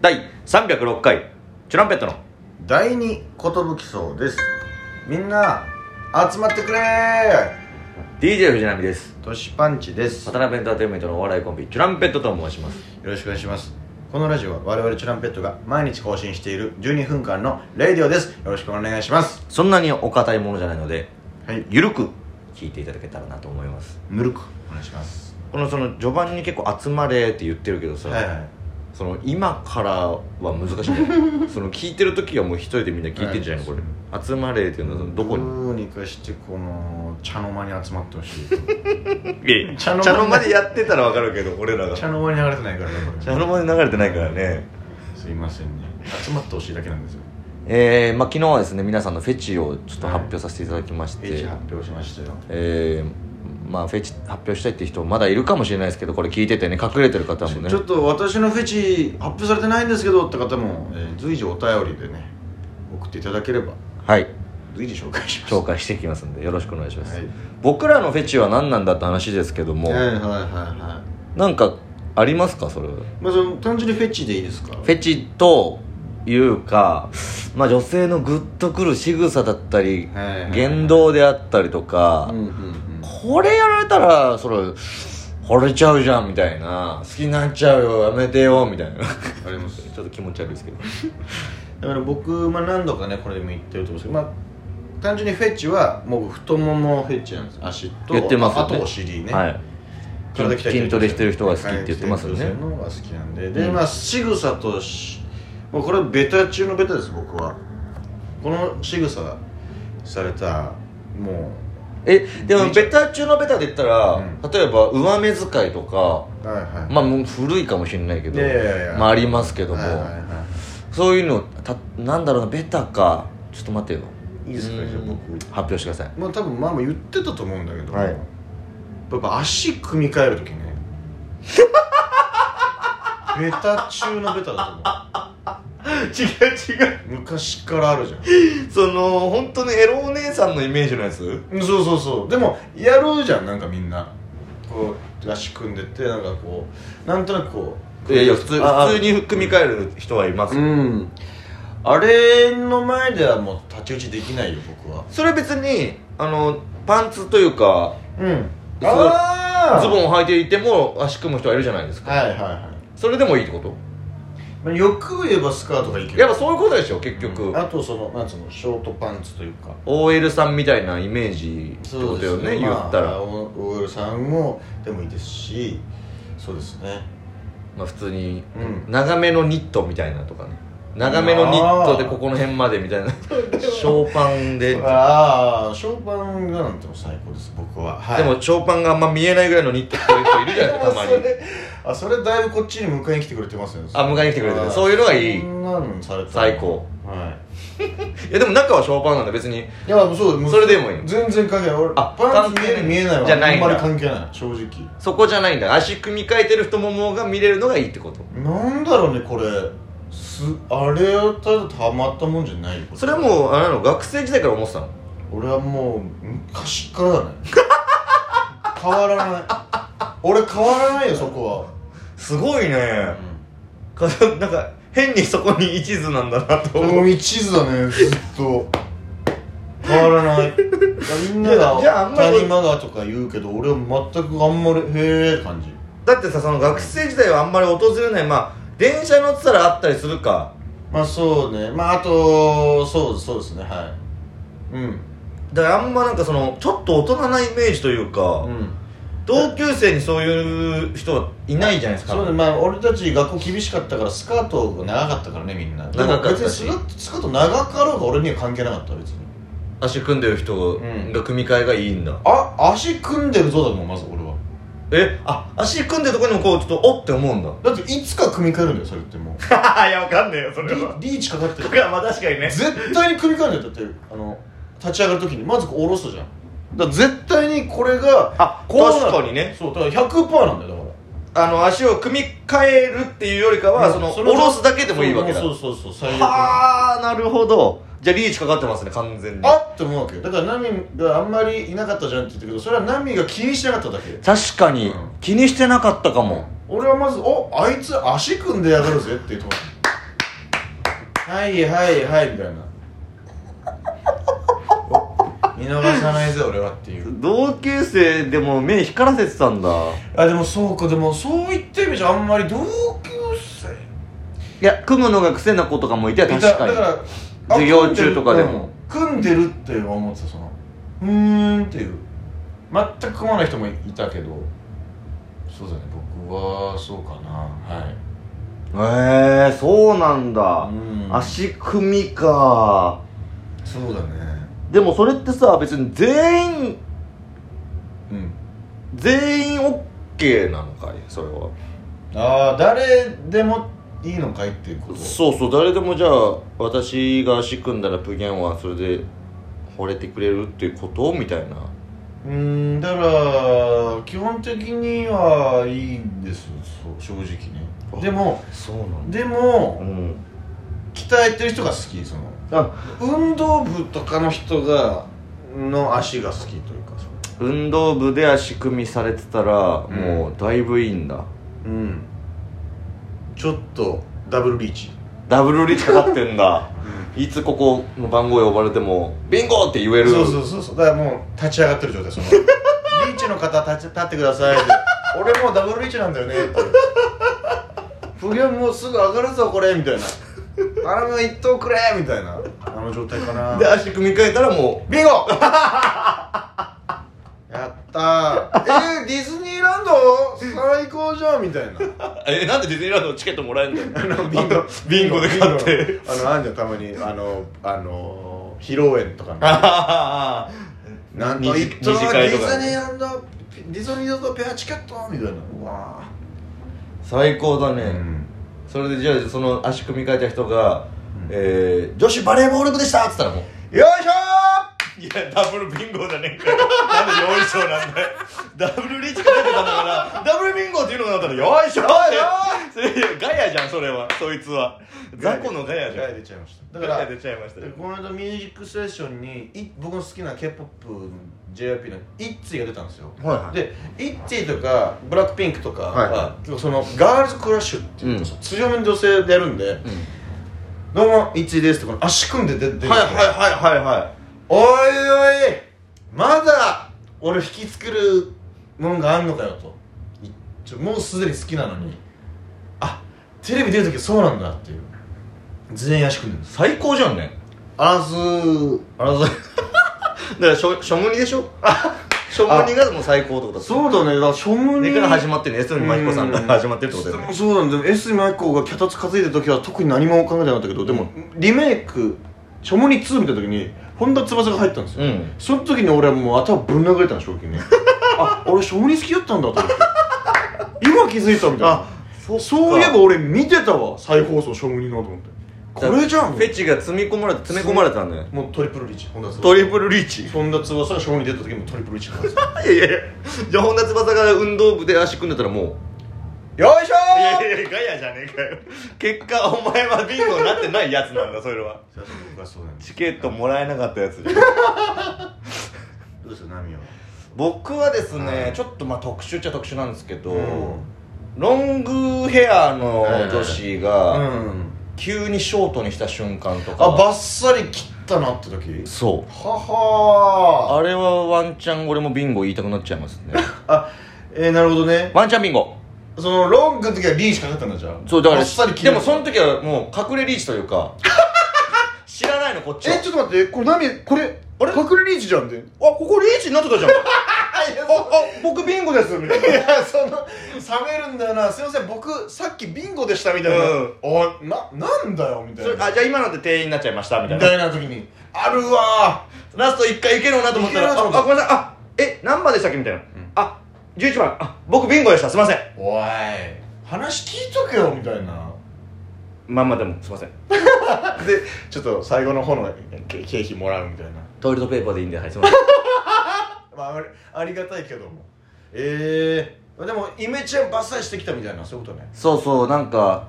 第306回チュランペットの第二寿そうですみんな集まってくれ DJ 藤波ですートシパンチですよ渡辺エンターテインメントのお笑いコンビチュランペットと申しますろしくお願いしますこのラジオは我々チュランペットが毎日更新している12分間のレイディオですよろしくお願いしますそんなにお堅いものじゃないのではいゆるく聞いていただけたらなと思いますぬるくお願いしますこのその序盤に結構集まれって言ってるけどさ、はいはいその今からは難しい ねその聞いてる時はもう一人でみんな聞いてんじゃないのこれ集まれっていうのはそのどこにどうにかしてこの茶の間に集まって ほしいいや 茶の間茶の間でやってたらわかるけど俺らが茶茶の間に流れてないからねこれの間で流れてないからねすいませんね集まってほしいだけなんですよえー、まあ昨日はですね皆さんのフェチをちょっと発表させていただきまして、ページ発表しましたよえーまあフェチ発表したいって人まだいるかもしれないですけどこれ聞いててね隠れてる方もねちょっと私のフェチ発表されてないんですけどって方も、えー随時お便りでね送っていただければはい随時紹介します紹介していきますんでよろしくお願いします、はい僕らのフェチは何なんだって話ですけども、はいはいはいはいなんかありますかそれまあその単純にフェチでいいですかフェチというか、まあ、女性のグッとくる仕草だったり、はいはいはい言動であったりとか、うんうんうんこれやられたらそれ惚れちゃうじゃんみたいな好きになっちゃうよやめてよみたいなちありますょっと気 持ち悪いですけどだから僕、まあ、何度かねこれでも言ってると思うんですけど、まあ、単純にフェチはもう太ももフェチなんです足と言ってますよあねとお尻ね、はい体鍛えてる筋トレしてる人が好きって言ってますよねはい筋トレしてる人が好きなんでで、まあ仕草としもうこれはベタ中のベタです僕はこの仕草されたもえでもベタ中のベタで言ったら、うん例えば上目遣いとかうはいはいまあもう古いかもしれないけどいやいやいやまあありますけども、はいはいはそういうのたなんだろうなベタかちょっと待てよいいいですかうんじゃあ僕発表してくださいまあ多分ママ言ってたと思うんだけど、はいやっぱ足組み替える時ね ベタ中のベタだ 違う違うと思う昔からあるじゃんその本当にエロお姉さんのイメージのやつうんそうそうそうでもやるじゃんなんかみんなこう足組んでってなんかこうなんとなくこういいやいや普通普通に組み替える人はいます、うんあれの前ではもう太刀打ちできないよ僕はそれは別にあのパンツというかうんそうああズボンを履いていても足組む人はいるじゃないですかはいはいはそれでもいいってこといまあ欲を言えばスカートがいいけどやっぱそういうことでしょ結局、うんあとそのなんつうのショートパンツというか OL さんみたいなイメージってことよね言ったら、まあま OL さんもでもいいですしそうですねあ、普通に、うん長めのニットみたいなとかね長めのニットでここの辺までみたいな ショーパンで、ああショーパンがなんても最高です僕は、はい、でもショーパンがあんま見えないぐらいのニット着てる人いるじゃないですか たまにそれ あそれだいぶこっちに迎えに来てくれてますよねあ迎えに来てくれてるそういうのはいいそんなのされたら最高はいやでも中はショーパンなんで別にいやそうもうそれでもいい全然関係ない俺あパ関ンツ見係えないる見えないはじゃないんだあんまり関係ない正直そこじゃないんだ足組み替えてる太ももが見れるのがいいってことなんだろうねこれすあれをただたまったもんじゃないよこそれはもうあれなの学生時代から思ってたの俺はもう昔からだね変わらない俺変わらないよそこ すごいねは、か なんか変にそこに一途なんだなとうん、思うもう一途だねずっと変わらないみんないやがじゃああんまり谷間がとか言うけど俺は全くあんまりへえって感じだってさその学生時代はあんまり訪れないまあ電車乗ってたらあったりするかまあそうねまああとそうそうですねはいうんだからあんまなんかそのちょっと大人なイメージというか、うん同級生にそういう人はいないじゃないですかそうねまあ俺たち学校厳しかったからスカートが長かったからねみんな長かったしでも別にスカートスカート長かろうが俺には関係なかった別に足組んでる人が組み替えがいいんだ、あ足組んでるぞだもんまず俺はえあ足組んでるとこにもこうちょっとおって思うんだだっていつか組み替えるんだよそれってもういやわかんねえよそリリーチかかってる僕はまあ確かにね絶対に組み替えるんだよだってあの立ち上がる時にまずこう下ろすじゃんだから絶対にこれがあこうなる確かにねそうだから100%なんだよだからあの足を組み替えるっていうよりかは、その下ろすだけでもいいわけだそうそうそうそう最悪はあなるほどじゃあリーチかかってますね完全にあって思うわけよだからナミがあんまりいなかったじゃんって言ったけどそれはナミが気にしなかっただけ確かにうん気にしてなかったかも、俺はまず「おあいつ足組んでやがるぜ」って言うとはいはいはいみたいな 見逃さないぞ俺はっていう同級生でも目光らせてたんだあでもそうかでもそう言ってみじゃあんまり同級生いや組むのが癖な子とかもいて確だかにからあ授業中とかでも組んでるって思ってたそのうーんっていう全く組まない人もいたけどそうだね僕はそうかなはへえいそうなんだ、うん足組みかそうだねでもそれってさ別に全員うん全員 OK なのかいそれはああ誰でもいいのかいっていうことそうそう誰でもじゃあ私が足組んだらプギャンはそれで惚れてくれるっていうことみたいなうーんだから基本的にはいいんですそう正直あねでもそうなんでうもん鍛えてる人が好きそのあ運動部とかの人がの足が好きというかそ運動部で足組みされてたら、うんもうだいぶいいんだのうんちょっとダブルリーチダブルリーチかかってんだいつここの番号呼ばれても「ビンゴ!」って言えるそうそうそうそうだからもう立ち上がってる状 態そのリーチの方立ち立ってくださいって俺もうダブルリーチなんだよねって不良もうすぐ上がるぞこれみた いな頼む一等くれみたいなあの状態かなで足組み替えたらもビンゴやったーえー、ディズニーランド最高じゃんみたいなう「えなんでディズニーランドのチケットもらえんだよ」ビンゴビンゴで買ってあのあんじゃんたまにあのあの披露宴とかのああなんと一等ディズニーランドディズニーランドペアチケットみたいなうわ 最高だね、ーうんそれでじゃあその足組み替えた人が、えー女子バレーボール部でした」っつったらもうよいしょいやダブルビンゴじゃねえかよなんでよいしょなんだよダブルリーチかけてたんだからダブルビンゴっていうのがなったらよいしょっていやガヤじゃんそれはそいつは雑魚のガヤじゃん出ちゃいましただガかヤら出ちゃいましたよこの間ミュージックステーションにい僕の好きな k p o p j p のイッツィが出たんですよはいはいでイッツィとかブラックピンクとかはいはそのガールズクラッシュっていうか、う強めの女性でやるんで「どうもイッツィです」とか足組んで出てるんですよはいはいはいはおいおいまだ俺引き作るもんがあんのかよといちょもうすでに好きなのにあテレビ出る時そうなんだっていう全員足組んでるんです最高じゃんねあらずあらそれだからしょしょむにでしょしょむにがもう最高ってことだそうだねだから庶務でにから始まってるね江角真紀子さんから始まってるってことだよねそうなんだよ S マイコが脚立担いでる時は特に何も考えてなかったけどでもリメイク庶務に2見た時に本田翼が入ったんですようんその時に俺はもう頭ぶん殴れたの正 気にあ俺小に好きだったんだと思って今気づいたみたいなそそういえば俺見てたわ再放送小にのと思ってこれじゃんフェチが積み込まれて詰め込まれてたんだよもうトリプルリーチ本田翼トリプルリーチ本田翼が小に出た時もトリプルリーチなんですいやいやいやじゃあ本田翼が運動部で足組んでたらもよいしょういやいやガヤじゃねえかよ結果お前はビンゴになってないやつなんだそれはー僕はそうなんですチケットもらえなかったや つじゃんどうですよナミは僕はですね、はいちょっとまあ特殊っちゃ特殊なんですけど、うんロングヘアの女子がん急にショートにした瞬間とかあバッサリ切ったなって時そうははあれはワンチャン俺もビンゴ言いたくなっちゃいますね ーあえー、なるほどねワンチャンビンゴそのロングの時はリーチかかったんだじゃあそうだからバッサリ切でれもたその時はもう隠れリーチという か知らないのこっちはえちょっと待ってこれ何これあれ隠れリーチじゃんってあここリーチになってたじゃんああ僕ビンゴですみ たいいやその冷めるんだよなすいません僕さっきビンゴでしたみたいな、うんおいななんだよみたそれいなあじゃあ今なんて店員になっちゃいましたみたいみなたいな時にあるわラスト1回いけるなと思ったらいけあるなと思ったあごめんなさいあえ何番でしたっけみたいな、あ11番あ僕ビンゴでしたすいませんーおい話聞いとけよみたいなまんまでもすいませんでちょっと最後の方の経経費もらうみたいなトイレットペーパーでいいんではいすいま せんまあありありがたいけどもええでもイメチェン伐採してきたみたいなそういうことねそうそうなんか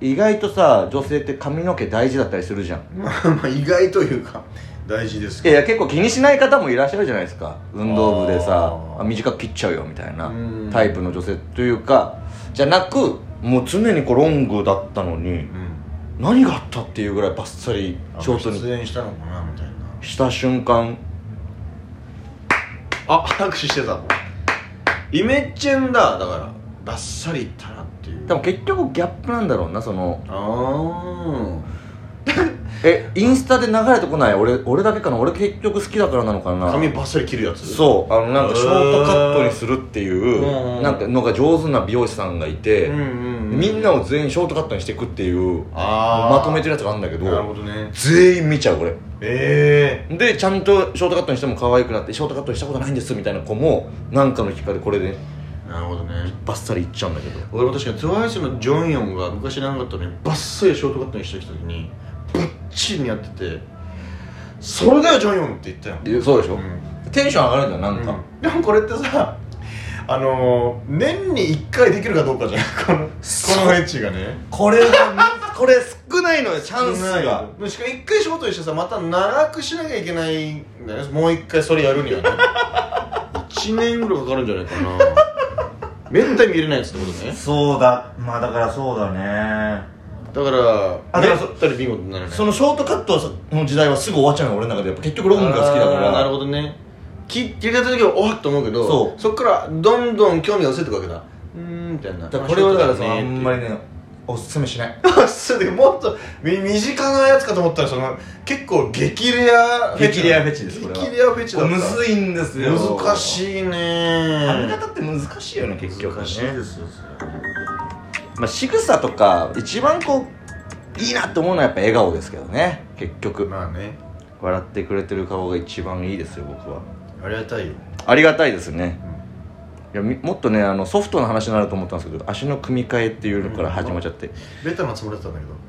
意外とさ女性って髪の毛大事だったりするじゃんまあまあ意外というか大事ですいやいや結構気にしない方もいらっしゃるじゃないですか運動部でさあーあ短く切っちゃうよみたいなうんタイプの女性というかじゃなくもう常にこうロングだったのにうん何があったっていうぐらいバッサリショート出に演したのかなみたいなした瞬間あ拍手してたイメチェンだだからバッサリいったなっていうでも結局ギャップなんだろうなそのあえインスタで流れてこない俺俺だけかな俺結局好きだからなのかあな髪バッサリ切るやつそうあのなんかショートカットにするっていう、うんなんかのが上手な美容師さんがいて、うんうんうんみんなを全員ショートカットにしていくっていうああまとめてるやつがあるんだけどなるほどね全員見ちゃうこれえでちゃんとショートカットにしても可愛くなってショートカットにしたことないんですみたいな子もなんかのきっかけでこれでえなるほどねバッサリいっちゃうんだけど俺も確かに TWICE のジョンヨンが昔なんかとねバッサリショートカットにしてきた時にぶっちりにやってて「それだよジョンヨン」って言ったよいやそうでしょ、うんテンション上がるんだよなんか、うんでもこれってさあのー年に1回できるかどうかじゃん このこのエッチがねこれが これ少ないのよチャンスないがよしかも1回ショートにしてさまた長くしなきゃいけないんだよねもう1回それやるにはね1 年ぐらいかかるんじゃないかな めったに見れないやつってことねそうだまあだからそうだねだからあだからそめったりビンゴにならないそのショートカットの時代はすぐ終わっちゃうの俺の中でやっぱ結局ロングが好きだからあーなるほどねき切り替えた時はおっと思うけどそうっからどんどん興味が薄れてくわけだうーんみたいなだからこれはだからさあねんまりねおすすめしない そうだけどもっとみ身近なやつかと思ったらその結構激レア激レアフェチですこれは激レアフェチだったむずいんですよ難しい髪ね型って難しいよね結局ねすよそれまあ仕草とか一番こういいなって思うのはやっぱ笑顔ですけどね結局まあね笑ってくれてる顔が一番いいですよ僕はありがたいよありがたいですね、いやみもっとねあのソフトな話になると思ったんですけど足の組み替えっていうのから始まっちゃって、ベタなつもりだったんだけど